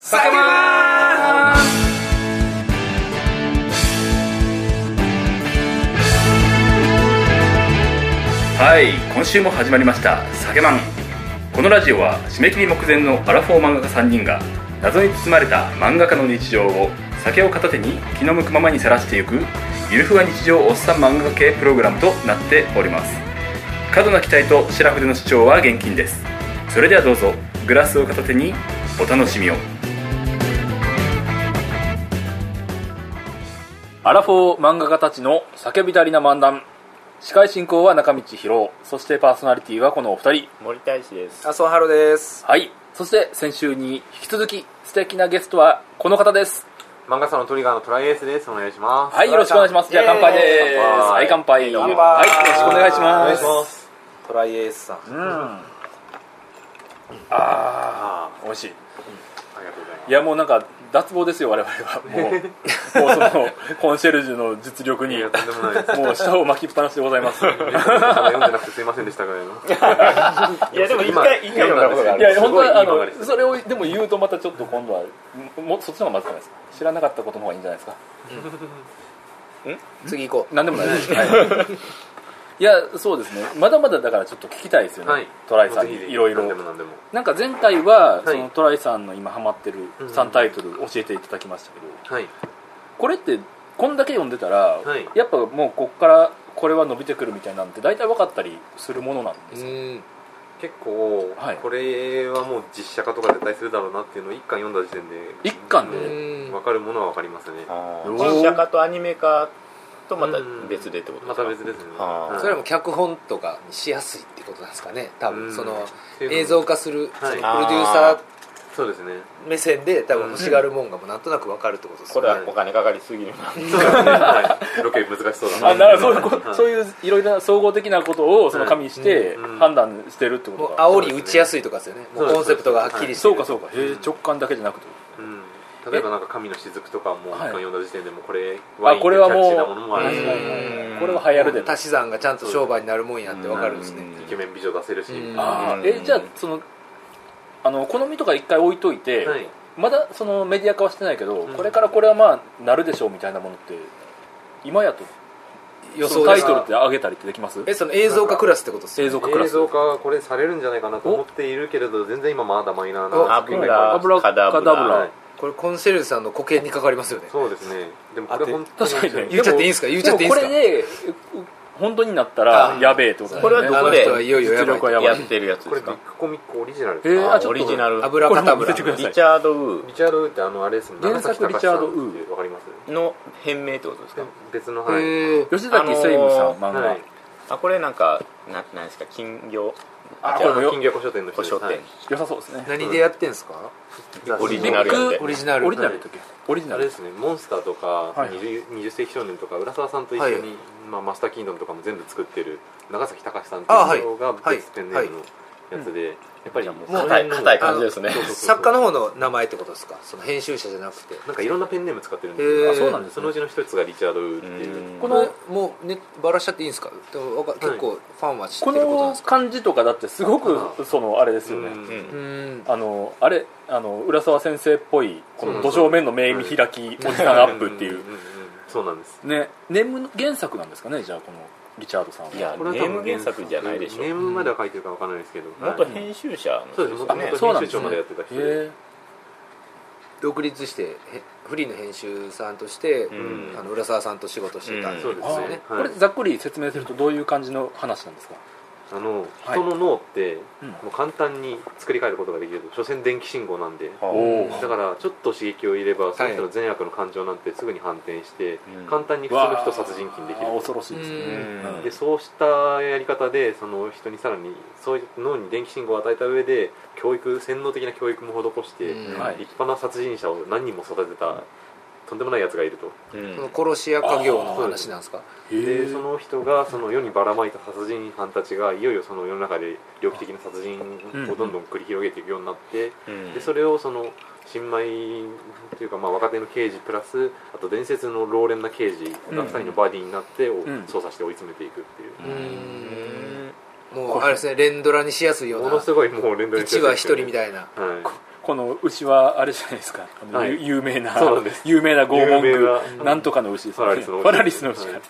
叫ばーはい今週も始まりました「酒マン」このラジオは締め切り目前のアラフォー漫画家3人が謎に包まれた漫画家の日常を酒を片手に気の向くままにさらしていくゆるふわ日常おっさん漫画家系プログラムとなっております過度な期待と白筆の主張は厳禁ですそれではどうぞグラスを片手にお楽しみをアラフォー漫画家たちの叫びたりな漫談司会進行は中道博そしてパーソナリティはこのお二人森大志です麻生ハロですはいそして先週に引き続き素敵なゲストはこの方です漫画家のトリガーのトライエースですお願いしますはいよろしくお願いしますじゃあ乾杯ですイエーイはい乾杯乾杯はいよろしくお願いしお願まいすしますトライエースさんうんあー美味しいありがとうございまいやもうなんか脱帽ですよ我々はもうもうそ のコンシェルジュの実力すいにやとんでもないですもう舌を巻きっぱなしでございますい読んでなくてすいませんでしたぐらいの いやでも一回一回今読んだことがあるやす本当ごいいいはあ曲がりのそれをでも言うとまたちょっと今度はもそっちの方がまずくないですか知らなかったことの方がいいんじゃないですか次行こなんでもないです。 はい、いやそうですね。まだまだだからちょっと聞きたいですよね。はいトライさんもうにぜひぜひいろい何でろも。何でもなんか前回は、いそのトライさんの今ハマってるうん3タイトル教えていただきましたけど、はいこれってこんだけ読んでたら、はいやっぱもうこっからこれは伸びてくるみたいなんて大体分かったりするものなんうですか。ん結構、はいこれはもう実写化とか絶対するだろうなっていうのを一巻読んだ時点で一巻でうんわかるものはわかりますねうん実写化とアニメ化とまた別でってことまた別ですね、はあいそれも脚本とかにしやすいってことなんですかね多分そのうん映像化するそのはプいロデューサそうですねー目線で多分欲しがるもんがもうなんとなくわかるってことですこよれねはお金かかりすぎ るはいロケ難しそうだなあなるほどそういうこはそういういろいろな総合的なことをその加味してうんうん判断してるってこもとうか、煽り打ちやすいとかですよねもうコンセプトがはっきりしてそるうかそうかへー直感だけじゃなくてうん、例えばなんか神の雫とかも一巻読んだ時点でもうこれワあインこれはってキャもッうチーなものもあるし、はいはいはいうんこれは流行るで足し算がちゃんと商売になるもんやってわかるんですねイケメン美女出せるし、うんはああうんえじゃあそのあの好みとか一回置いといて、いまだそのメディア化はしてないけど、うんこれからこれはまあなるでしょうみたいなものって今やと予その想タでイすトルって上げたりってできますえその映像化クラスってことですよ映ね像化クラ映ス像化がこれされるんじゃないかなと思っているけれど全然今まだマイナーおな油画油カダブラはいこれコンシェルジュさんの固形にかかりますよねそうですねでもこれ本当に確かにね言っちゃっていいんすか言っちゃっていいんすかもこれで本当になったらあやべえってことだよねこれはどこであの人はいよいよや実ばい力はやばやいってるやつこれですビッかグコミックオリジナルえーですあちょっとオリジナルリ油かたこぶれ見せてくだらさいチャード・ウリチャード・ウーってあのあれですね原作長崎隆さんリチャードウーってわかりますーの変名ってことですか別のはい、吉崎誠夢さん漫画、はいあこれなんかななんですか金魚あじこれゃあもよ金魚古書店の人古です書店良さそうですね何でやってんすかはいオリジナルやんでオリジナルオリジナルやったっけオリジナあれルですねモンスターとかはい 20, 20世紀少年とか浦沢さんと一緒に、はいまあ、マスターキンドムとかも全部作ってる長崎隆さんってあはいいう人がはい別ペンネームのやつで、やっぱりもうもうその辺の硬い硬い感じですねあのそうそうそう作家の方の名前ってことですかその編集者じゃなくてなんかいろんなペンネーム使ってるんでへーあすそうよなんですねそのうちの一つがリチャード・ウーっていううんこのもうねバラしちゃっていいんですかでもわか結構ファンは知ってこることなんのですか感じとかだってすごくそのあれですよね、うんうんうんあのあれあの浦沢先生っぽいこのそう土そう壌面の目見開きおじさんアップっていんうんんんそうなんですねネームの原作なんですかねじゃあこのリチャードさんはいやこれは多分ネーム原作じゃないでしょネームまでは書いてるかわからないですけど、元編集者のそう人ですです元か々ね編集そうなんですね長までやってた人でへ独立してへフリーの編集さんとしてうんあの浦沢さんと仕事してたうんんそうですえねあはいーこれざっくり説明するとどういう感じの話なんですかあのはい人の脳って、うんもう簡単に作り変えることができると所詮電気信号なんで、はあおだからちょっと刺激を入れればその人の善悪の感情なんてすぐに反転して、うん簡単に普通の人を殺人鬼にできわある恐ろしいですねうんでそうしたやり方でその人にさらにそういう脳に電気信号を与えた上で教育洗脳的な教育も施して、うんはい立派な殺人者を何人も育てた、とんでもないやつがいるとうんその殺し屋家業の話なんですかへでえその人がその世にばらまいた殺人犯たちがいよいよその世の中で猟奇的な殺人をどんどん繰り広げていくようになって、うんでそれをその新米というかまあ若手の刑事プラスあと伝説の老練な刑事が2人のバディになってをん捜査して追い詰めていくっていう、ううんもうあれですね連ドラにしやすいようものなすごいもう連動1話1人みいたいなな、はい、ここの牛はあれじゃないですかあの、はいゆ有名なそうなんです有名な拷問有名具ななんとかの牛ですよねフファァララリリススのの牛牛か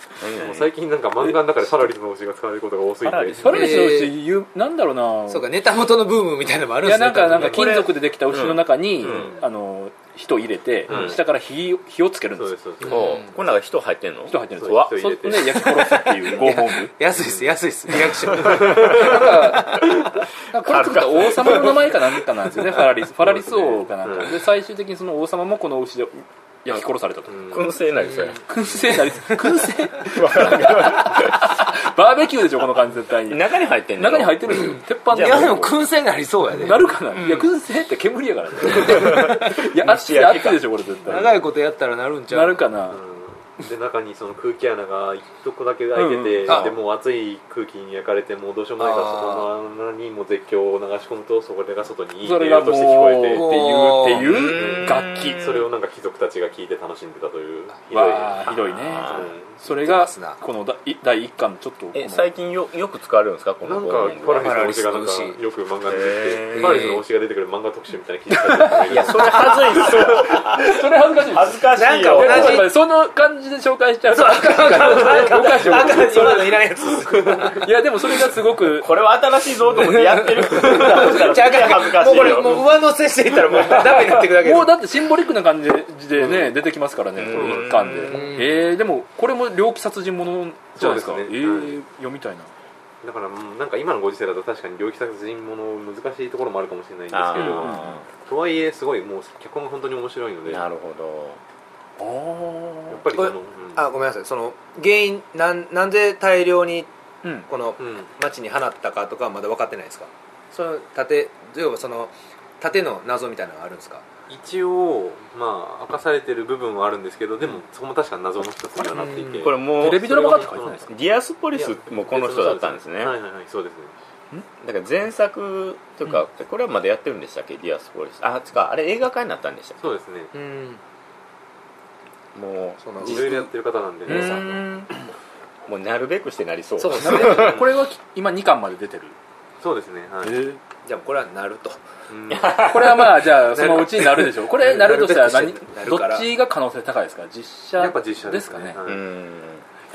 もう最近なんか漫画の中でパラリスの星が使われることが多すぎてファラリスの牛ゆなんだろうなそうかネタ元のブームみたいなのもあるんいでやすねなんか多なん分かね金属でできた牛の中に、うんあの人入れて、うん下から火を火をつけるんそでうすでよすそうですほうこれなんか人入ってんの人入ってるんですそうよわ人そ入うれてね焼き殺すっていう拷問 具安いです安いですリアクションなんかこれ作った王様の名前か何かなんですよねファラリスファラリス王かなんかうで最終的にその王様もこの牛で焼き殺されたとうん燻製なんですよ燻製なり 燻製バーベキューでしょこの感じ絶対に中に入ってんの中に入ってるんですよ鉄板 いやでも燻製になりそうやねなるかな、いや燻製って煙やから ねいや熱い熱いでしょこれ絶対長いことやったらなるんちゃうなるかな、うんで中にその空気穴が一個だけ開いてて、うんあでもう熱い空気に焼かれてもうどうしようもないからそこの穴にもう絶叫を流し込むとそこが外にいいそ音れがもうとして聞こえてもっていうってういうん楽器うそれをなんか貴族たちが聞いて楽しんでたというひどいわあひどいねうんそれがこのだい第一巻のちょっとこえの最近よよく使われるんですかこなのんか拷問具パはファララリリススのの推推ししがなんかよく漫画で出てへーてパラリスの推しが出てくる漫画特集みたいな記事が出てていやそれ恥ずいっすよそれ恥ずかしいです恥ずかしいなよんか同じそうその感じで紹介しちゃうとおかしいおかしい今のいらないやついやでもそれがすごくこれは新しいぞと思ってや ってるだとしたらじゃああかんあかん恥ずもかしういこれよもう上乗せしていったらもうダメになっていくだけでもうだってシンボリックな感じでね、出てきますからね、この一巻でうんえー、でもこれも猟奇殺人ものじゃないですかそうですえねー、読みたいなだからうん なんか今のご時世だと確かに猟奇殺人もの難しいところもあるかもしれないんですけどあとはいえすごいもう脚本が本当に面白いのーでやなっるほどあーぱりその、うんあごめんなさいその原因なんなんで大量にうんこのうん町に放ったかとかはまだ分かってないですかその盾要はその盾の謎みたいなのがあるんですか一応まあ明かされてる部分はあるんですけどでもそこも確か謎の一つにはなっていて、うんこれもテうレビドラマ化って書いてないですかディアスポリスもこの人だったんですねはいはいはいそうですねだから前作というか、これはまだやってるんでしたっけディアスポリスあつかあれ映画化になったんでしたっそうですねうんけもうそのいろいろやってる方なんで、うね、んもうなるべくしてなりそうそうですねこれはき今2巻まで出てる、そうですねはい、じゃあこれはなるとうんこれはまあじゃあそのうちになるでしょうこれなるとしたら何なるなるどからっちが可能性高いですか実写やっぱ実写ですかねはういん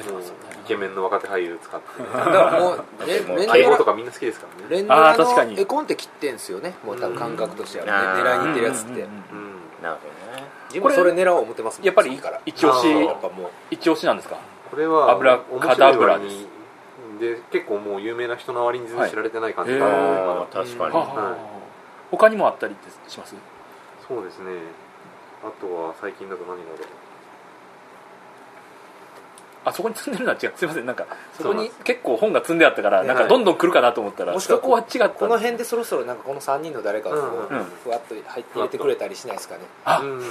もうイケメンの若手俳優使ってだからもうだっレてもうレンド英語ラとかみんな好きですからねレン ドラあー確かにの絵コンって切ってんすよねもう多分感覚としては、ね、うん狙いにいってるやつって、うんうんうんうんなるほどね自分もそれ狙おう思ってますもんやっぱり次から一押しあーやっぱもう一押しなんですかこれは油面白いカダブラ割でにで結構もう有名な人の割に全然知られてない感じはいがあるので、あー確かに、はあはあ他にもあったりってしますそうですねあとは最近だと何があるあそこに積んでるのは違うすいませんなんかそこそうなんにで結構本が積んであったからいなんかどんどん来るかなと思ったらもしくはそこは違ったこの辺でそろそろなんかこの3人の誰かをこううんうんふわっと入って入れてくれたりしないですかね、あうん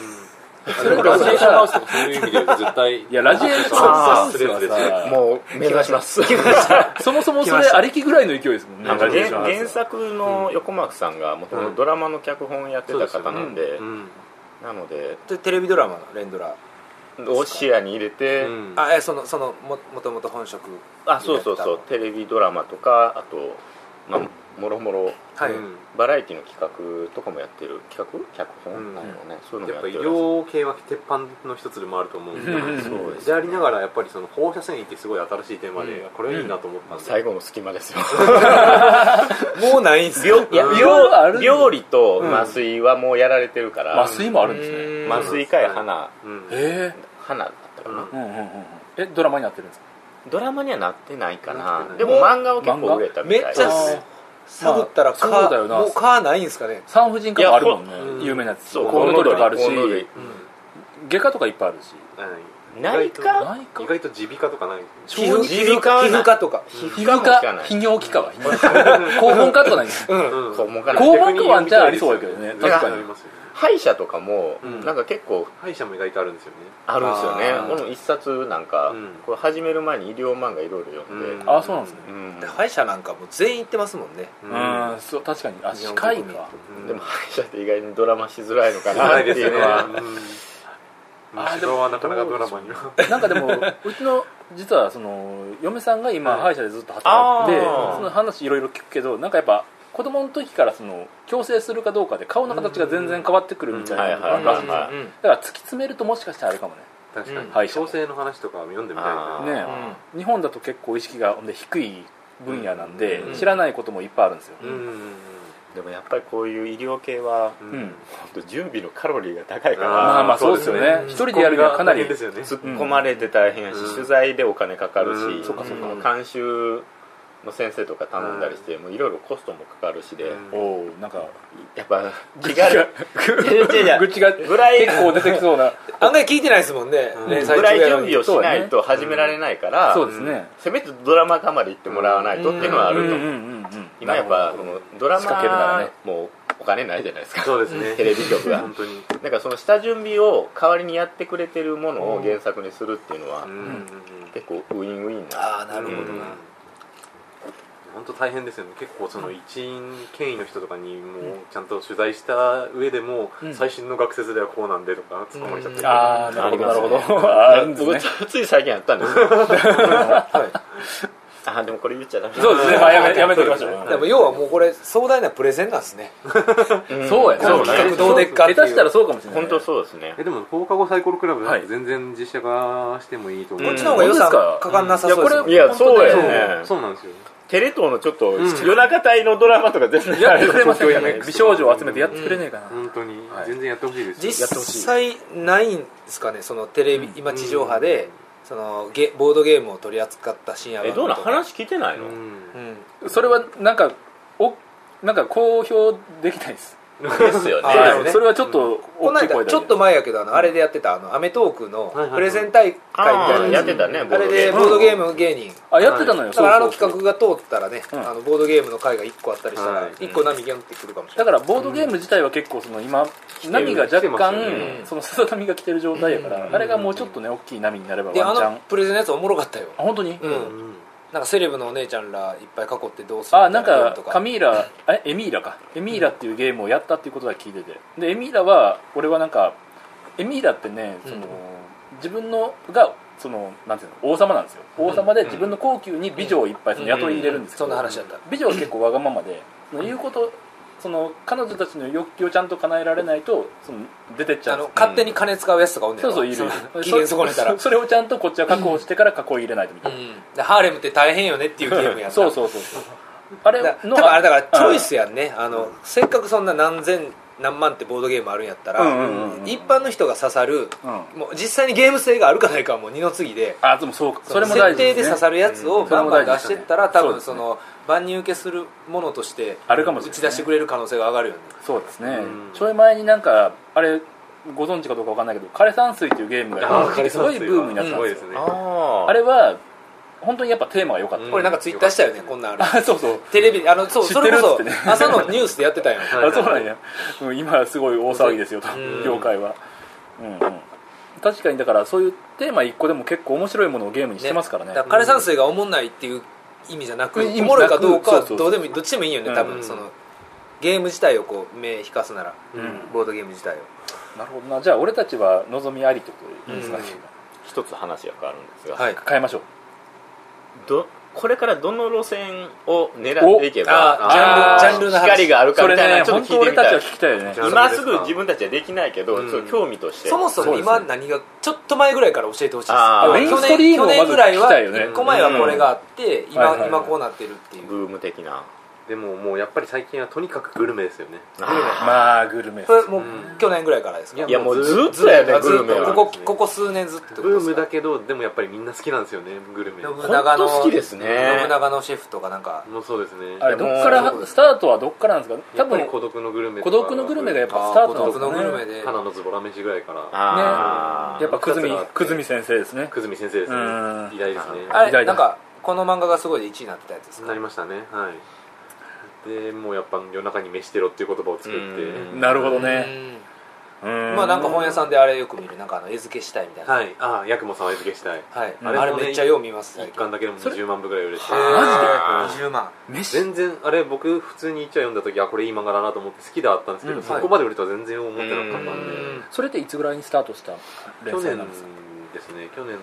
それこラれジ教エえーシたらョンハウスとかそういう意味で絶対いやラジエーションハハウウススははささもう目指しますそもそもそれありきぐらいの勢いですもんねなんかラジエー原ションハウスは原作の横幕さんがもともとドラマの脚本やってた方なんで、うんなのででテレビドラマのレンドラ、ロシアに入れて、うんあえそのそのももともと本職あそうそうそうテレビドラマとかあと、まあ、もろもろはい、うんバラエティの企画とかもやってる企画脚本、うんあのね、そういうのやもっやっぱて医る療系は鉄板の一つでもあると思うんでうんうんそうですでありながらやっぱりその放射線維ってすごい新しいテーマで、これはいいなと思ったんで、最後の隙間 ですよもうないんす料いやうん料あるんだ料理と麻酔はもうやられてるから、麻酔もあるんですねね麻酔かい花うんええ花だったかな、うんうんうんうんうんえドラマになってるんですかドラマにはなってないかなっなてないでも漫画は結構売れたみたいめっちゃあーす探ったらか、まあそうだよなもうかないんすかね産婦人科もあるもんねいやほ有名なやつそうコウノトリとかあるしコウノトリ外科とかいっぱいあるしはい内科内科意外と耳鼻科とかない皮膚皮膚科は皮ない膚科とか皮膚科も聞か科ない泌尿器科 は泌尿器科肛門科とかないんですかうんうん肛門科なん肛て門科はじゃあありそうやけどね逆に確かありにますよね歯医者とかも、うんなんか結構歯医者も意外とあるんですよねあるんですよねあー俺も一冊なんか、うんこれ始める前に医療漫画いろいろ読んで、あそうなんですねうん歯医者なんかもう全員行ってますもんねううんそう確かにあ歯科医かうんでも歯医者って意外にドラマしづらいのかななっいでてすいようねのは、あではなかなかドラマにはなんか でもうちの実はその嫁さんが今歯医者でずっと働いててあーその話いろいろ聞くけどなんかやっぱ子供の時からその矯正するかどうかで顔の形が全然変わってくるみたいなのがあるらしいんですよはいはいうんだから突き詰めるともしかしたらあれかもね確かに、うんはい調整の話とか読んでみたいあなーね日本だと結構意識がほんで低い分野なんで、うん知らないこともいっぱいあるんですよ、うんうんでもやっぱりこういう医療系はううんんうん本当準備のカロリーが高いかまあらまあそうですよねうん一人でやるにはかなり突っ込みが大変ですよね突っ込まれて大変やし、うん取材でお金かかるし、うんそっかそっか監修の先生とか頼んだりして、もういろいろコストもかかるしで、うおんおなんかやっぱ 気軽違う違う違愚う痴がぐらい結構出てきそうな案外聞いてないですもんね、うん連載ぐ中やらい準のに備をしないと始められないか ら、そうですね、せめてドラマ化まで行ってもらわないとっていうのはあうん、ると思う、うんうんうん今やっぱそのドラ仕掛けるならマねもうお金ないじゃないですかそうですねテレビ局が本当にだ からその下準備を代わりにやってくれてるものを原作にするっていうのは、うんうんうん結構ウィンウィンなああなるほどな、本当大変ですよね結構その一員権威の人とかにもちゃんと取材した上でも、うん最新の学説ではこうなんでとか突っ込まれちゃってうんああなるほどなるほどああるんです僕ねつい最近やったん ですよ あでもこれ言っちゃダメそうですね、まあ、やめやめときましょう、でも要はもうこれ壮大なプレゼンなんですねうんそうやねこのそう企画ねどうでっかっていう下手したらそうかもしれない本当そうですねえでも放課後サイコロクラブなんはてい全然実写化してもいいと思う、こうっんちの方が予算かかんなさそうですもんいね本当ですかやそうそやうねそうなんですよテレ東のちょっと、うん夜中帯のドラマとか全然やってくれませんか東京やね美少女を集めてやってくれねえかな、本当に、はい全然やってほしいですよ実ってほしい際ないんですかねそのテレビ、うん今地上波で、そのゲボードゲームを取り扱った深夜え番どう組なとんか話聞いてないの、うんうんそれはなんかおなんか公表できないです、ですよあそうですねねそれはちょっとこ大のきい声間でちょっと前やけどあの、あれでやってたあの『アメトーク』のはいはいプレゼン大会みたいなあやーつやってたねボあーれドでゲーボムードゲーム芸人あやってたのよ、だからあの企画画が通ったらね、うんあのボードゲームの回が1個あったりしたはらい1個波ギャンってくるかもしれだからボードゲーム自体は結構その今波が若来てます干、よねそのさざ波が来てる状態やから、うんあれがもうちょっとね大きい波になればない、ワンチであャンのあプレゼンのやつおもろかったよ、本当に、うんうんなんかセレブのお姉ちゃんらいっぱい囲ってどうするあみたないんゲームかとカミーラえエミーラかエミーラっていうゲームをやったっていうことは聞いててでエミーラは俺はなんかエミーラってねその、うん自分のがそのなんていうの王様なんですよ王様で自分の高級に美女をいっぱいその雇い入れるんですけど、うんうんうんそんな話だった美女は結構わがままで、その言うことその彼女たちの欲求をちゃんと叶えられないとその出てっちゃあうんですの勝手に金使うやつとかおんねんそうそういるいるる 機嫌損ねたらそそれをちゃんとこっちは確保してから囲い入れないとみたういな、ん、でハーレムって大変よねっていうゲームやんなそうそうそうそうあれだの多分あれだからチョイスやんね、あのせっかくそんな何千何万ってボードゲームあるんやったら、うんうんうんうん一般の人が刺さる、うもう実際にゲーム性があるかないかはもう二の次であでもそうかそれも大事設定で刺ねさるやつをうんバンバン出してったら、それ多も大事分ですねその万人受けするものとしてあるかもしれ打ないち出してくれる可能性が上がるよねそうですね、うんちょい前になんかあれご存知かどうかわかんないけど枯山水っていうゲームあーが枯山すご水いはブームになってすたんごいでですよ、すねああれは本当にやっぱテーマが良かった、うんこれなんかツイッターしたよねこんなんある あそうそうテレビあのそう知そってるれこっつってねそ朝のニュースでやってたよ、ね、はいあそうなんや、うん、今すごい大騒ぎですよとうん業界は、うんうん、確かにだからそういうテーマ一個でも結構面白いものをゲームにしてますからねだから枯山水がおもんないっていう意味じゃなく、うんおもろいかどうかはそうそうそうどうでもいいどっちでもいいよね、うん多分そのゲーム自体をこう目引かすなら、んボードゲーム自体をなるほどなじゃあ俺たちは望みありってことでいいですかね、一つ話が変わるんですが、はい変えましょうどこれからどの路線を狙っていけばーあージャンルジャンルの話光があるかそみれたいなねのちょっ本と聞当俺いてみたたちいは聞きたいよねじゃあ今すぐ自分たちはできないけど、うんちょっと興味としてそもそそうもですね今何がちょっと前ぐらいから教えてほしいですあーあのメインストリームをまず聞きたいよね去年去年ぐらいは1個前はこれがあって、今、はいはいはい今こうなってるっていうブーム的なでももうやっぱり最近はとにかくグルメですよねあまあグルメそれもううん去年ぐらいからですかいーいやもうずっずっとやねとグルメはここここ数年ずっとブームだけどでもやっぱりみんな好きなんですよねグルメ信も長の本当好きですね信長のシェフとかなんかうそうですねあれどっからスタートはどっからなんですかや多っぱり分孤独のグルメ孤独のグルメがやっぱぱスタート孤なんで独すのかグルメねで花のズボラ飯ぐらいからあーやっぱ久住二つがあって久住先生ですね久住先生ですねうん偉大ですねあ偉大だれなんかこの漫画がすごいで1位になってたやつですかなりましたねはいでもうやっぱ夜中に飯テロっていう言葉を作ってうんなるほどねううんんまあなんか本屋さんであれよく見るなんかあの絵付けしたいみたいなはいああヤクモさんは餌付けしたいはいうんあれめっちゃよう見ます一巻だけでもそれ10万部ぐらい売れてマジで20万飯全然あれ僕普通に一話読んだ時あこれいい漫画だなと思って好きだったんですけど、うんそこまで売れたは全然思ってなかったんで、うんそれっていつぐらいにスタートした連去載年なんですかですね去年の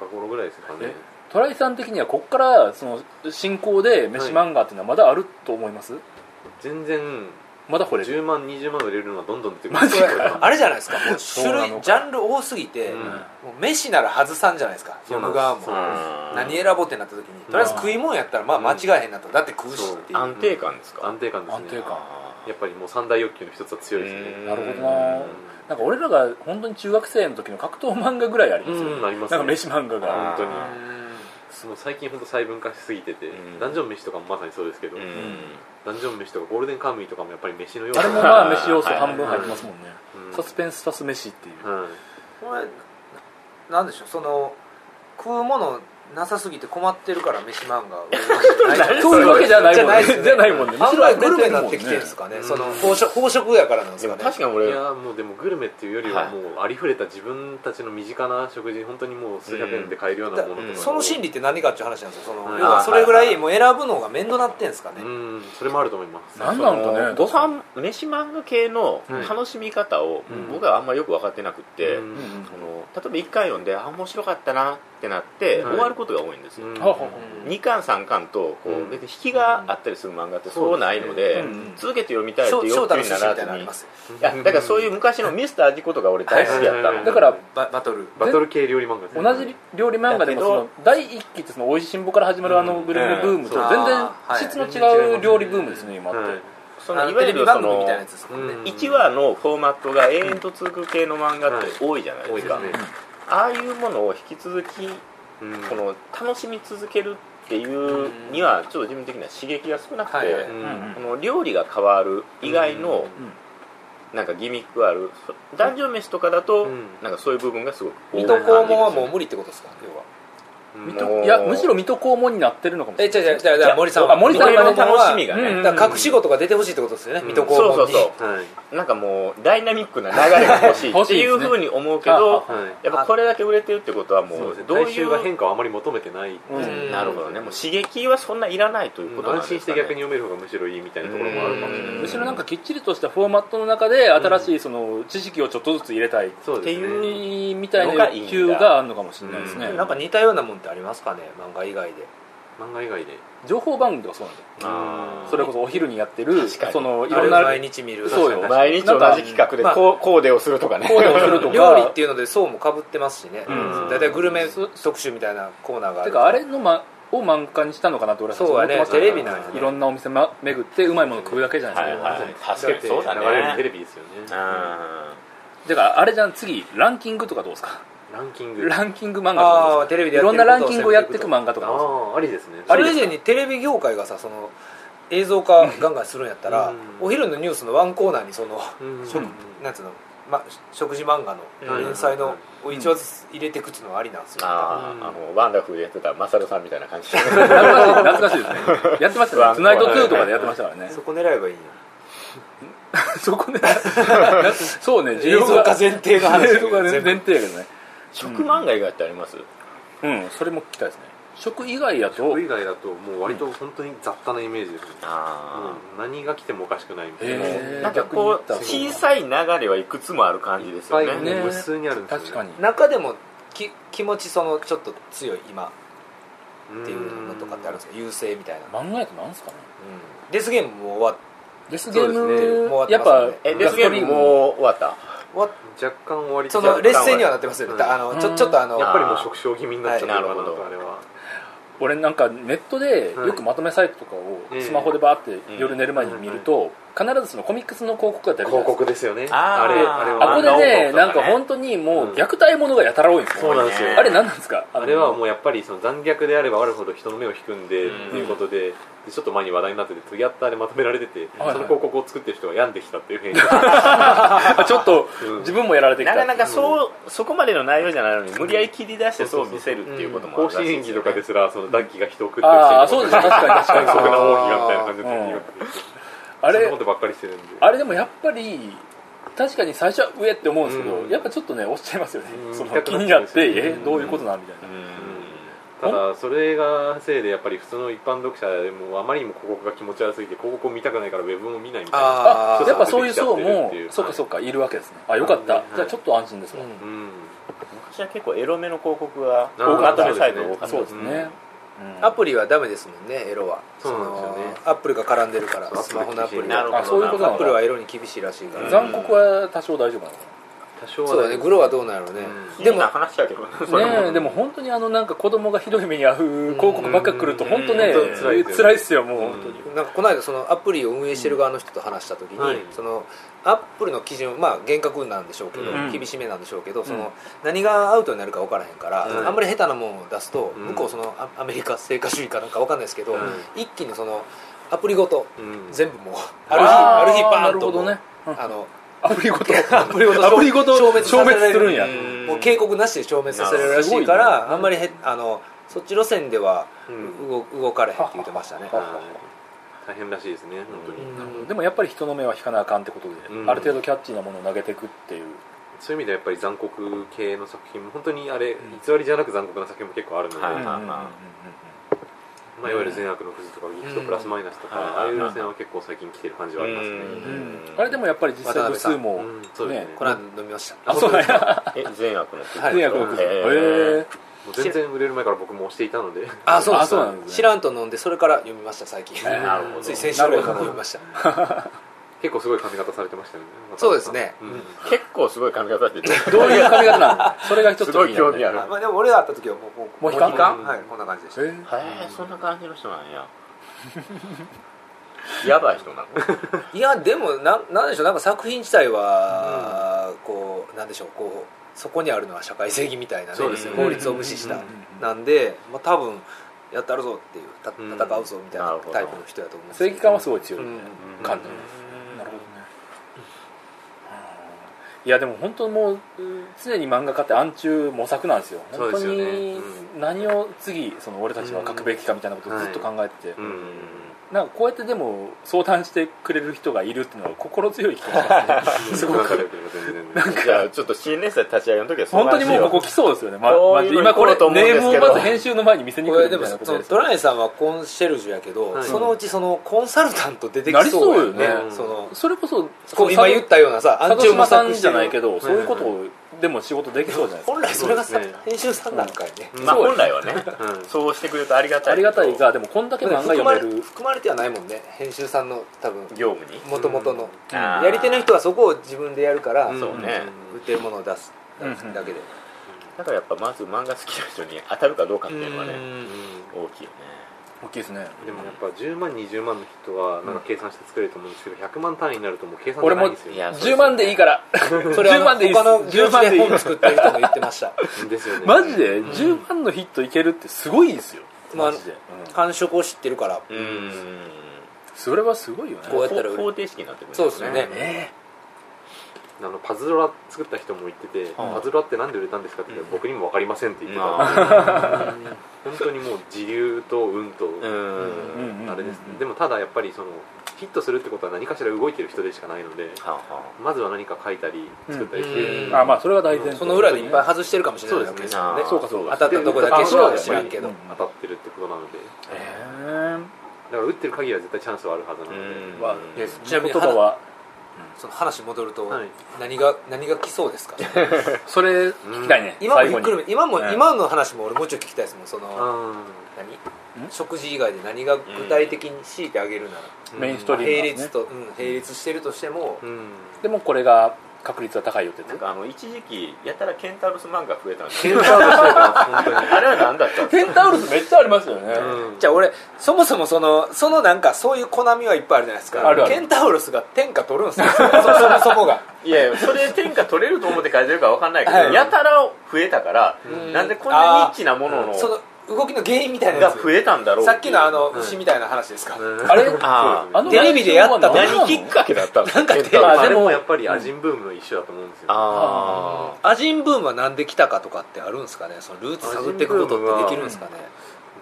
中頃ぐらいですかねえトライさん的にはこっからその進行で飯漫画っていうのはまだあると思います全然まだこれ10万20万売れるのはどんどん出てくマジかこれあれじゃないですかもうそう種なのか類ジャンル多すぎて、うんもう飯なら外さんじゃないですかそう読なんむです側もそうなんです何選ぼうってなった時にとりあえず食い物やったらまあ間違えへんなと、だって食うしっていうそうう安定感ですか安定感ですね安定感あやっぱりもう三大欲求の一つは強いですねううんんなるほどななんか俺らが本当に中学生の時の格闘漫画ぐらいありうますよねんありますなねんか飯漫画ーが本当にうんもう最近本当細分化しすぎてて、うんダンジョン飯とかもまさにそうですけど、うんダンジョン飯とかゴールデンカムイとかもやっぱり飯のようあれもまあ飯要素半分入ってますもんねうんサスペンス足す飯っていうはいこれなんでしょうその食うものなさすぎて困ってるから飯漫画売れるわけじゃないそういうわけじゃないもんねじゃないですねじゃないもんね案外グルメになってきてるんですむかね、うんその飽食飽食やからなんですでかもね確かにい俺やもうでもグルメっていうよりはもうありふれた自分たちの身近な食事本当にもう数百円で買えるようなものとか、うんその心理って何かっていう話なんですよその、うん要はそれぐらいもう選ぶのが面倒なってんですかね、うんそれもあると思いますなんなんだろうねご飯飯漫画系のはい楽しみ方をうん僕はあんまよく分かってなくって、うんその例えば1巻読んであ面白かったなってなって、はい終わることが多いんですよ、うんはあはうん2巻3巻とこう、うん別に引きがあったりする漫画ってそうないのそうでですねうん続けて読みたいって翔いう翔欲太求の寿にな司みたらずいなのあにりますいやだからそういう昔のミスター味子とか俺大好きやったの、はいだからババトルバトル系料理漫画ですね同じ料理漫画でもその第一期ってその美味しんぼから始まるあのグルメブームとうん全然質の違う料理ブームですね今はっていそあののいわテレゆビる番そ組みのたいなやつですもんね、うん1話のフォーマットが永遠と続く系の漫画って多いじゃない多でいすですか、ね、ああいうものを引き続きうんこの楽しみ続けるっていうにはちょっと自分的には刺激が少なくて、はいはいうんうんこの料理が変わる以外うのんなんかギミックがあるそダンジョン飯とかだとうんなんかそういう部分がすごく水戸黄門はもう無理ってことですか要はうん水も戸ういやむしろ水戸黄門になってるのかもしえれ違うない違う違う違う森さんあ森さんはのね楽しみがね、うんだから隠し事が出てほしいってことですよね、うん水戸黄門そうにそうそはいうなんかもうダイナミックな流れが欲 しいっていうふうに思うけど、欲はいやっぱこれだけ売れてるってことはもそううですねどう大い衆が変う化をあまり求めてない、うんうんなるほどねもう刺激はそんないらないということなん安で心すしてかね逆に読める方がむしろいいみたいなところもあるかもしれないうんむしろなんかきっちりとしたフォーマットの中で新しいその知識をちょっとずつ入れたいっそうってですねていうみたいな欲求があるのかもしれないですねうなんか似たようなもんってありますかね漫画以外で漫画以外で情報番組とかそうなんだよあーそれこそお昼にやってる確かにそのいあろれんな毎日見るそうよ毎日同じ企画でなんかこうコーデをするとかね行動するとか料理っていうので層もかぶってますしねうん大体、グルメ特集みたいなコーナーがあてるかあれの、ま、を漫画にしたのかなって俺は最初そう思っはてねましたテレビなんやいねろんなお店、ま、巡ってうまいもの食うだけじゃないはいですか、だはい助っけてて流そうだねれるテレビですよねラ あだからあれじゃん次ランキングとかどうですかンキングランキング漫画とかどあうあテレビですかでいやってろんなることラをンキングをやっていく漫画とかどうああありですねそれ以前にテレビ業界がさその映像化ガンガンするんやったら、うんお昼のニュースのワンコーナーにその、うん食なんつうの、ま、食事漫画のうん連載のを一話ずつ入れていくっていうのはありなんですよ、あうんーあのワンダフルでやってたマサルさんみたいな 感じですか懐かしい懐かしいですねやってましたね「ツナイト2」とかでやってましたからね そこ狙えばいいんやそこねそうね 映像化前提の話映像化前前提やけどね食漫画以外ってありますうんそれも聞きたいですね食以外やと以外だともう割と本当に雑多なイメージですねあうん何が来てもおかしくないみたいなへーなんかこう逆に言小ったさい流れはいくつもある感じですよいっぱいねね無数にあるんですよね確かに中でもき気持ちそのちょっと強い今っていうのとかってあるんですか優勢みたいな、うん、漫画やとなんすかねデスゲームも終わっデスゲーそうですねもう終わムってやっますよぱねえデスゲームもう終わった終わっ若干終わりそやのっ劣勢にはなってますよね、うんあのちょちょっとあのやぱりもう食傷気味になっちゃったはいなるほどあれは俺なんかネットではいよくまとめサイトとかをええスマホでバーって夜寝る前に見ると必ずそのコミックスの広告が出るじゃ広ないですか告ですよねあーあれあれあこはこでねな漫画ん広告とかねか本当にもう虐待ものがやたら多いんですそうよなんですよあれ何なんですかあれはもうやっぱりその残虐であればあるほど人の目を引くんでうんっていうことででちょっと前に話題になっててやったあれまとめられててそはいの広告を作ってる人が病んできたっていうふうにあちょっとうん自分もやられてきなかたなかそう、そこまでの内容じゃないのに無理やり切り出してそう見せるっていうこともある甲らし子い園技ですとよかねですらそのダッキーが人を食ってるああそうです確かに確かに短足なそう大きがみたいな感じで言われててあそんなれことばっかりしてるんであれでもやっぱり確かに最初は上って思うんですけど、うんやっぱちょっとね落ちちゃいますよね、うんその痛気くなっにちなゃうっんですよて、えどういうことなみたいな、ただそれがせいでやっぱり普通の一般読者でもあまりにも広告が気持ち悪すぎて広告を見たくないからウェブも見ないみたいなああーやっぱそういう層もそそううかそうかいるわけですねあよかった、はいじゃあちょっと安心ですわ、うんうん昔は結構エロめの広告があーまとめサイトが多かったそうですね、うんうんアプリはダメですもんねエロはそうなんですよねアップルが絡んでるからそうスマホのアプリなるはほあそうどいうことなアッのプルはかエロに厳しいらしいから、残酷は多少大丈夫なのか多少そうだねグロはどうなんやろうね、うでんでももな話だけどそれもなねえでも本当にあのなんか子供がひどい目に遭う広告ばっか来るとうん本当ねうん辛いですよ辛いっすよもう本当になんかこの間そのアプリを運営してる側の人と話した時に、うんはいそのアップルの基準まあ厳格なんでしょうけど、うん厳しめなんでしょうけど、そうの何がアウトになるか分からへんから、うんあんまり下手なもんを出すと、うん向こうそのアアメリカ成果主義かなんか分かんないですけど、うん一気にそのアプリごとうん全部もう、ある日あある日バなーンるとほもうどねあのアプリごとアプリごとアプリごと消滅させ消られ滅するるんやうんもう警告なしで消滅させられるらしいかなるらあんまりへあのそっち路線ではうん動動かれへんって言ってましたね。はい大変らしいですね本当にうんでもやっぱり人の目は引かなあかんってことで、うんある程度キャッチーなものを投げていくっていうそういう意味ではやっぱり残酷系の作品も本当にあれ偽りじゃなく残酷な作品も結構あるので、はいうんうんうんうんうんまあ、いわゆる善悪の富士とかギフトプラスマイナスとか、うんああいう路線は結構最近来てる感じはありますね、うんうんあれでもやっぱり実際部数も、うんそうですねねこの間飲みました。あそうなんや え善悪のはい善悪の部へーへえもう全然売れる前から僕も押していたのであ、そうなんあそうなんでですすねね。知らんと飲んでそれから読みました最近。なるほど つい先週ぐらいから読みました。結構すごい髪型されてましたよねそうですねうん結構すごい髪型ってどういう髪型なのそれが一つすごい興味あるあまあでも俺が会った時はもうももう悲観はいこんな感じでした。えへえそんな感じの人なんややばい人なのいやでもなんなんでしょうなんか作品自体は、こうなんでしょうこうそこにあるのは社会正義みたいな、ねそうですよね法律を無視しうた、んうんうんうんなんで、まあ、多分やったるぞっていうたうん戦うぞみたいななるほどタイプの人だと思うんです正けど義感はすごい強い、うねん感じなるほどねいやでも本当もう常に漫画家って暗中模索なんですよそ本うで当すよねに何を次その俺たちは書くべきかみたいなことをずっと考えてて、うんなんかこうやってでも相談してくれる人がいるっていうのは心強い気がしますねすごわかくるよ全然なんじゃあちょっと新連載立ち上げの時はそん本な当感にじもうよここ来そうですよね、まこうま、いうの今これ行こうと思うんネですけームどをまず編集の前に見せにこ来るれみたでもいなこそとのですトライさんはコンシェルジュやけど、はいそのうちそのコンサルタント出てきそうなやりそうよねそのそれこそこう今言ったようなさ佐暗渡中模島さん索してじゃるないけど、そういうことはをでも仕事できそうじゃないですか本来それがさ、そうですね編集さんなんかやね、まあ本来はねうんそうしてくれるとありがたいありがたいがでもこんだけ漫画読め含まれる含まれてはないもんね編集さんの多分業務にもともとのうんあーやり手の人はそこを自分でやるから、うんそうね売ってるものを出すうんだけで、だからやっぱまず漫画好きな人に当たるかどうかっていうのはねうん大きいよね大きいですねでもやっぱ10万20万の人はなんか計算して作れると思うんですけど100万単位になるともう計算じゃないんですよ俺もいや10万でいいからそれは10万でいいっす他の業10万で種でいい本作ってる人も言ってましたですよねマジで10万のヒットいけるってすごいですよまあ マジで、うん感触を知ってるからうんそれはすごいよねこうやったら売れる方程式になってくるんだそうよですよねねあのパズドラ作った人も言ってて、パズドラってなんで売れたんですかって言ったら僕にも分かりませんって言ってたので、本当にもう自流と運と、うんうんうんうんあれですね、でもただやっぱりそのヒットするってことは何かしら動いてる人でしかないのではんはまずは何か書いたり作ったりして、うんあまあそれが大前提その裏でいっぱい外してるかもしれないわけですよねあーそうかそう当かたったとこだけしか知らんけど、うん当たってるってことなのでへーだから打ってる限りは絶対チャンスはあるはずなので、うんわでちなみに言葉はその話戻ると、はい何が何が来そうですかそれ聞きたいね今も最ひ後っくるにめ今も、うん今の話も俺もうちょい聞きたいですもんそのあ何食事以外で何が具体的に強いてあげるなら、ーメインストリーム並列と、うん、並列してるとしても、うんでもこれが確率は高いよってなんかあの一時期やたらケンタウロス漫画増えたんですケンよタウロスだから本当にあれは何だったんですケンタウルスめっちゃありますよねうんじゃあ俺そもそもそのそのなんかそういう好みはいっぱいあるじゃないですかあるあるケンタウロスが天下取るんですよそそもそもがかいやいやそれ天下取れると思って書いてるか分かんないけはいどやたら増えたからんなんでこんなニッチなもののその動きの原因みたいなやがつ増えたんだろうさっきのあのん牛みたいな話ですか、うん あれあーあのテレビでやったと内容は何何きなっのかけだったんですなんかケンタウロスああでれももやっぱりアジンブームの一種だと思うんですよあアジンブームは何で来たかとかってあるんですかねそのルーツ探っていくことってできるんですかね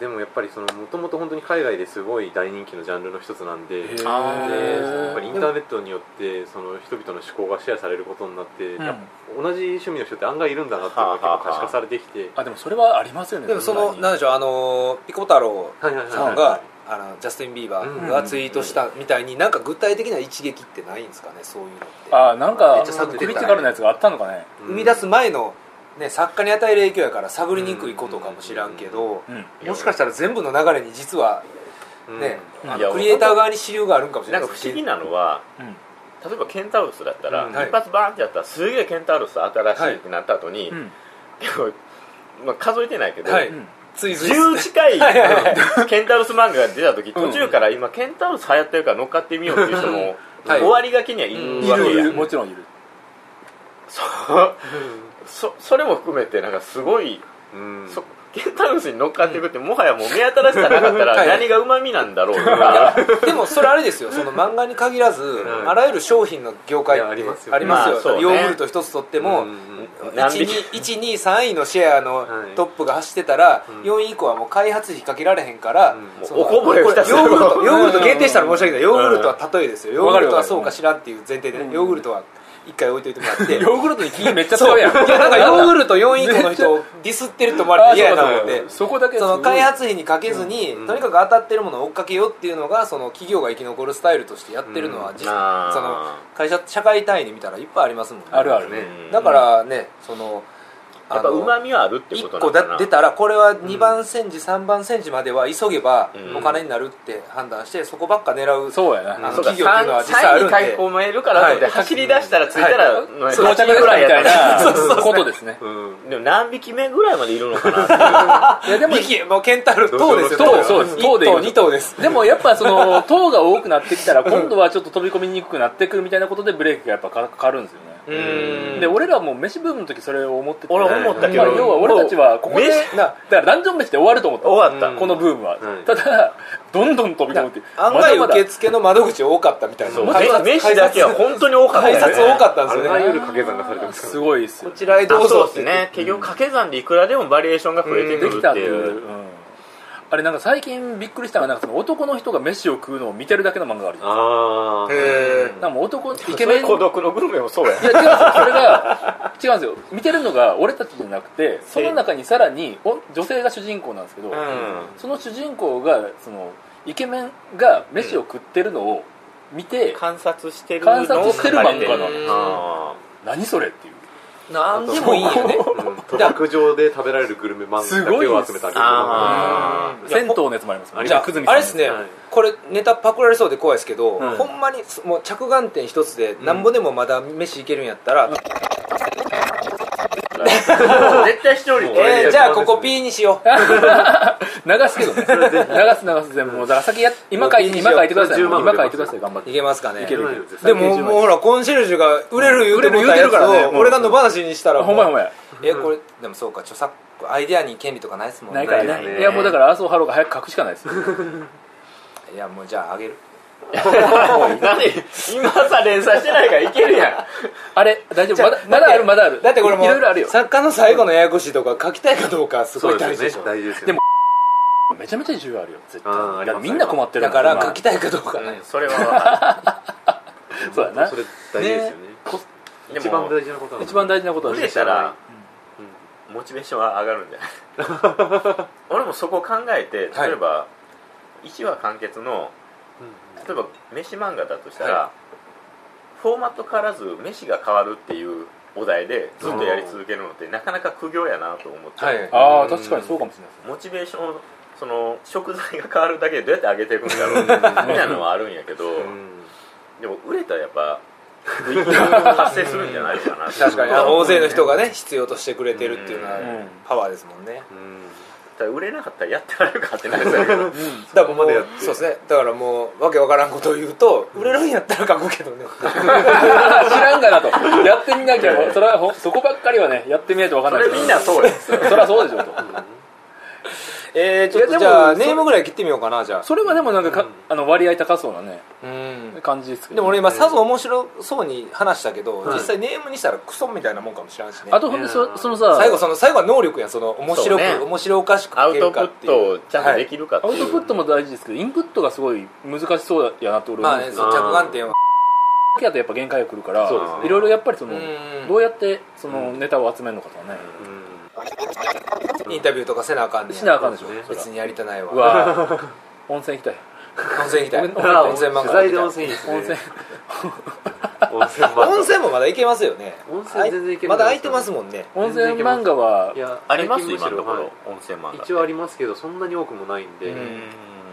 でもやっぱりそのもともと本当に海外ですごい大人気のジャンルの一つなんででやあっぱりインターネットによってその人々の思考がシェアされることになって、んやっぱ同じ趣味の人って案外いるんだなっていうのが結構可視化されてきてあでもそれはありますよねでもその絶対なんでしょうあのピコ太郎はいはいはいさんがあのジャスティン・ビーバーがうんツイートしたみたいになんか具体的な一撃ってないんですかねそういうのってにあなんめかっちゃ探ってクるリかティらカルなやつがあったのかね生み出す前のね、作家に与える影響やから探りにくいことかもしらんけど、うんもしかしたら全部の流れに実はうんね、うんあいやのクリエイター側に支流があるんかもしれなんなかい不思議なのは例えばケンタウロスだったら、うんはい一発バーンってやったらすげえケンタウロス新しいってなった後に、うん結構 まあ、数えてないけど、はいうんついつい10近いはいはいケンタウロス漫画が出た時うん途中から今ケンタウロス流行ってるから乗っかってみようっていう人も、はい終わりがけにはいるいわけるいやるもちろんいるそう そそれも含めてなんかすごい、うんそケンタウロスに乗っかっていくってもはやもう目新しさなかったはらい何がうまみなんだろうとかでもそれあれですよその漫画に限らず、んあらゆる商品の業界いっやてあありりまますすよよ,、ねまあそうねヨーグルト一つとっても、うんうん何匹123位のシェアのはいトップが走ってたら、うん4位以降はもう開発費かけられへんから、うんもうそのおこぼれこをひれヨたすらーグルトヨーグルト限定したら申し訳ないヨーグルトは例えですよヨーグルトはわかるそわうかかる知らんっていう前提で、んヨーグルトは一回置いといてもらってヨーグルトに気めっちゃ使そううややんんいやなんかヨーグルト4位以降の人をディスってると思われあて嫌やな思っそうてかそこだけそすのごい開発費にかけずに、うんとにかく当たってるものを追っかけようっていうのがその企業が生き残るスタイルとしてやってるのは、実あーその会社社会単位で見たらいっぱいありますもんねあるあるねうんだからねそのあのやっぱうまみはあるってこ1と個なのかだな出たらこれは2番煎じ3番煎じまでは急げばうんお金になるって判断してそこばっか狙うそうやあなのそうか企業っていうのは実際あるんで3位に書き込めるからと思ってはい走り出したら着いたらはい8そう到着ぐぐららいいみやったたらいなことですねうんでも何匹目ぐらいまでいるのかないやでも力もうケンタル等ですよそうそうです1そうです等2等ですでもやっぱその糖が多くなってきたら今度はちょっと飛び込みにくくなってくるみたいなことでブレーキがやっぱかかるんですよねうんで俺らも飯ブームの時それを思ってて俺思ったけどまあ要は俺たちはここで飯だからダンジョン飯で終わると思った終わったこのブームは、うんただどんどん飛び込むっていう案まだまだ外受付の窓口多かったみたいなそう改札飯だけは本当に多かった改よ札多かったんあですらゆよねる掛け算がされてますからすごいですよこちらへどあうそぞうですね結局掛け算でいくらでもバリエーションが増えてくでるきったってていいうう、うんあれなんか最近びっくりしたのがなんかその男の人が飯を食うのを見てるだけの漫画があるじゃんああへなんかもう男イケメン孤独のグルメもそうやいや違うんですよそれが違うんですよ見てるのが俺たちじゃなくてその中にさらにお女性が主人公なんですけど、うその主人公がそのイケメンが飯を食ってるのを見て、ん観察してる観察してる漫画なののを書かれてるあ何それっていうなんでもいいよね賭博場で食べられるグルメ漫画だけを集めたーあー銭湯のやつもありますもんじゃああれですね、はいこれネタパクられそうで怖いですけど、うんほんまにもう着眼点一つでなんぼでもまだ飯いけるんやったら、絶対しており うんえーえじゃあここ P にしよう流すけどね流す流す全部もうだから先や今書いて今書いてください10万今書いてください頑張っいてけますかねいけるでももうほらコンシェルジュが売れる言うても売たれやる言うてるつからねをもう俺が野放しにしたらほんまやほんまやえこれでもそうか著作アイデアに権利とかないですもんなねいからないねねいやもうだから麻生ハローが早く書くしかないです よいやもうじゃ ああげる何今さ連載してないからいけるやんあれ大丈夫まだまだあるまだあるだってこれもういろいろあるよ作家の最後のややこしいとか書きたいかどうかすごそいうです大事ねでしょ大事ですよでねもめちゃめちゃ重要あるよ絶対あーありますだってみんな困ってるだもんから今書きたいかどうかね、それ はそうやなそれ大事ですよねこでも一番大事なことなの一番大事なことは無理したら、モチベーションは上がるんじゃない 俺もそこ考えてはい例えば、1話完結の例えば飯漫画だとしたら、はフォーマット変わらず飯が変わるっていうお題でずっとやり続けるのってなかなか苦行やなと思って、はいああ確かにそうかもしれないですモチベーションその食材が変わるだけでどうやって上げていくんだろうみたいなのはあるんやけどうんでも売れたらやっぱ売り上げが発生するんじゃないかな確かにあの大勢の人がね必要としてくれてるっていうのはうんパワーですもんねうんただ売れなかったらやってられるかってなりそうやけどだかこらもまうでやってそうですねだからもうわけわからんことを言うと売れるんやったら書くけどね知らんがなとやってみなきゃそれはほそこばっかりはねやってみないと分かんそないれみんなそうやそりゃそうでしょと えーちょっいやでもとじゃあそれネームぐらい切ってみようかなじゃあそれはでもなんかかあの割合高そうなねうん感じですけでどもね俺今さぞ面白そうに話したけどはい実際ネームにしたらクソみたいなもんかもしれんしねあとほんでそそのさ最後その最後は能力やんその面白くそうね面白おかしくア書ウけトるプかッっていうトをちゃんとできるかってアいウう、トプットも大事ですけどインプットがすごい難しそうやなって俺ま思うんあでねすそよあーの着眼点はだけだとやっぱ限界が来るからそうですねいろいろやっぱりそのうんどうやってそのネタを集めるのかとかねインタビューとかせなあかんねしなあかんでしょそうですねそりゃ別にやりたないうわわぁ温泉行きたい温泉行きたい温温泉漫画取材で行温きた泉いいいですね温泉温泉漫画温泉もまだ行けますよね温泉全然行けるまだ空いてますもんね温泉漫画はいやあります最近今むしろのところはい温泉漫画一応ありますけどそんなに多くもないんで、うはい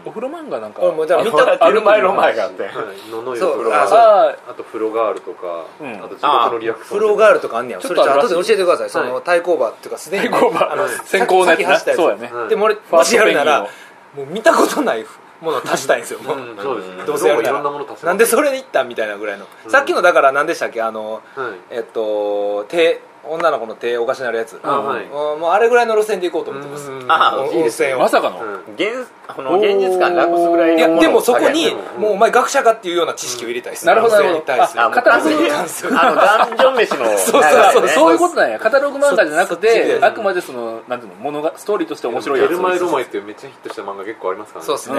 お風呂漫画なんか俺もだから見たある前の前があってののそよう風呂あそうガーあルあと風呂ガールとか、うんあと地獄のリアクショフンローガールとかあんねやちょそっれとじゃあある後で教えてくださいそのはい対抗馬っていうかすでに対抗馬あの先行のやつな先走ったそうややねつでも俺ファーもスしトやペンギるンをならもう見たことないもの足したいんですよもううんそうですねどうせやるいならろんなもの足せますなんでそれに行ったみたいなぐらいの、うんさっきのだから何でしたっけあのはいえっと手女の子の手おかしなるやつあはいうんもうあれぐらいの路線で行こうと思ってますうんあおいい温です泉ねあをまさかの、うん現この現実感なくすぐらいいのもやのをでもそこに下げるもうお前学者かっていうような知識を入れたいです、なるほどなるほど温泉に対してあもう片付け完成あのダンジョン飯のそうそう流れそうねそういうことなんやカタログ漫画じゃなくそそっちでてあくまでそのなんていうの物がストーリーとして面白いやエつルマエロマイエっていうめっちゃヒットした漫画結構ありますからねそうっすね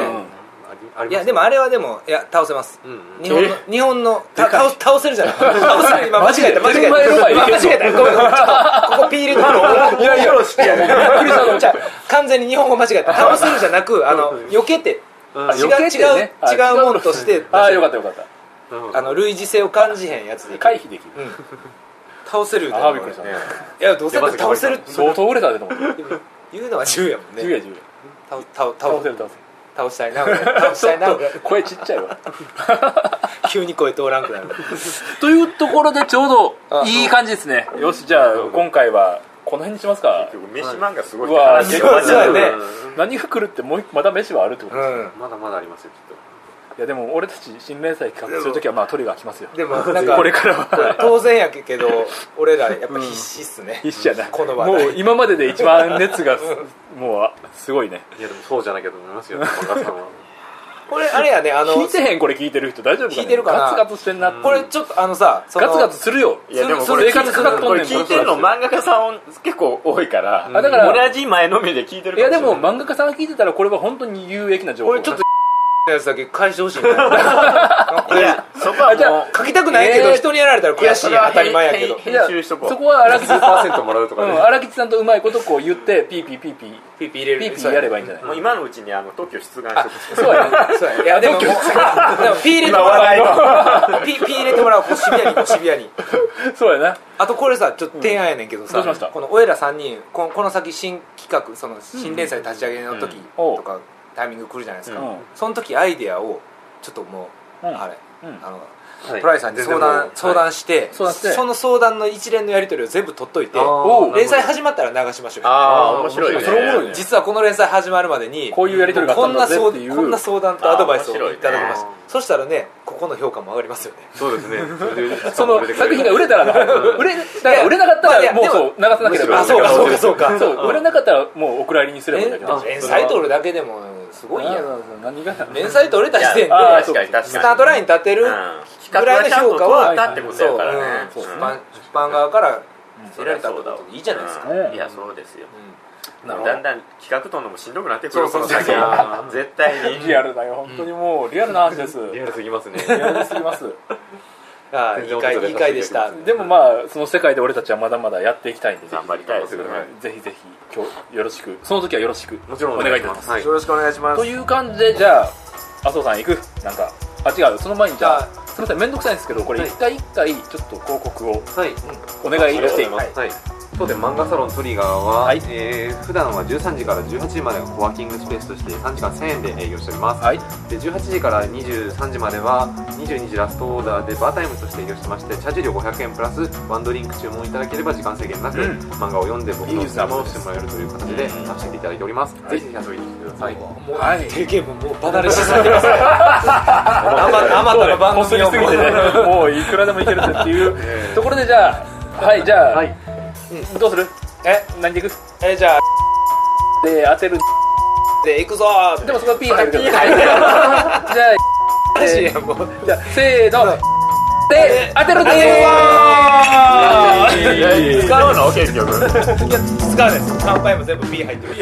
ありありますいやでもあれはでもいや倒せますうんうん日本の日本のた倒倒せるじゃ ない倒せる今間違えた間違えマエロマたエ今間違えたごめんごめんちょっとここピールでいやいやびっくりしたじゃあ完全に日本語間違えた倒せるじゃなくあの避けてうん違う避けてねあ違う違うもんとしてああよかったよかったうんあの類似性を感じへんやつで回避できるうん倒せるああびっくりしたいやどうせだって倒せるって相当売れたでと思って言うのは自由やもん10やね10や倒倒倒倒せる倒せる倒したいな 俺倒したいな俺声ちっちゃいわ急に声通らんくなるというところでちょうどあいい感じですねよしじゃあ今回はこの辺にしますか結局飯漫画すごいはい話が終わっちゃうわそうだね何が来るってもう一また飯はあるってことうんまだまだありますよきっいやでも俺たち新連載企画するときはまあトリガー来ますよで もなんかこれからは当然やけど俺らやっぱ必死っすね、必死やなこの話も題う今までで一番熱がもうあすごいねといやでもそうじゃなきゃと思いま すよ漫画さんはこれあれやねあの聞いてへんこれ聞いてる人大丈夫か、ね、聞いてるかなガツガツしてんな、これちょっとあのさそのガツガツするよいやでもそこれれ生活かかっとこんれねん聞いてるの漫画家さん結構多いからあだから同じ前のめで聞いてるいやかもしでれないも漫画家さんが聞いてたらこれは本当に有益な情報俺ちょっとのやつだけ返してほしいないやそこはじゃもう書きたくないけど、えー人にやられたら悔しい当たり前やけどいや編集しとこうそこは荒木さんパーセントもらうとうかねん荒木さんとうまいことこう言ってピーピーピーピーピーピー入れピーピーやればいいんじゃないもう今のうちにあの特許出願しとこうそうやねそうやいやでもでもピー入れてもらおうピーピー入れてもらおうこうシビアにこうシビアにそうやなあとこれさちょっと提案やねんけどさ、うんどうしましたこの俺ら3人このこの先新企画その新連載立ち上げの時うんとかタイミング来るじゃないですか、うんその時アイデアをちょっともう、うんあれうんあのはいトライさんに相談,、相談して,、相談してその相談の一連のやり取りを全部取っといてあーおう連載始まったら流しましょうよああ面白いねそれおもろいね実はこの連載始まるまでにこういうやり取りがあっこたんんだなぜ相っていうこんな相談とアドバイスをあー面白いいねただきました、あーそしたらねここの評価も上がりますよねそうですねそれでその作品が売れたらな売れだから売れなかったいやらもうそう流さなければあそうかそうかそうかそう売れなかったらもうお蔵入りにすればいいんだけど連連載取るだけでもすごいやあんそうそう何が連載取れた時点であー確かに確かにスタートラインに立てる企画がちゃんと通ったってことそうやうからねんうん出版出版側からそ得りらゃれたそこうだとわでいいじゃないですかうんいやそうですよなるほどだんだん企画とんのもしんどくなってくるそうそうこの先そう絶対 にリアルだよ本当にもうリアルな話ですリアルすぎますねリアルすぎますああい全然い回いい回でしたでもまあその世界で俺たちはまだまだやっていきたいんでぜ頑張りたいですねひぜひぜひ今日よろしくその時はよろしくもちろんお願いいたしますはいろしくお願いしまという感じでじゃあ麻生さん行くなんかあ違うその前にじゃあすみません面倒くさいんですけどこれはい一回一回ちょっと広告をはいお願いしていますはい、当店漫画サロントリガーは、はいえー普段は13時から18時までコワーキングスペースとして3時間1000円で営業しております、はいで18時から23時までは22時ラストオーダーでバータイムとして営業してまして茶事料500円プラスワンドリンク注文いただければ時間制限なく、うん漫画を読んで僕いいのですね質問をしてもらえるという形でうん楽しんでいただいております、ぜひぜひ遊びに来てください、もうはい提言ももう離れしすぎてますねあまあまそうただのよ番こす組りをすぎて ねもういくらでもいけるぜっていうところでじゃあはいじゃあ、はいどうするえ何でいくえじゃあで当てるで行くぞーでもそこは P 入るけどピー じゃ入るあえもうーじゃあせーので当てるでー当す使うの結局使うね乾杯も全部 B 入ってる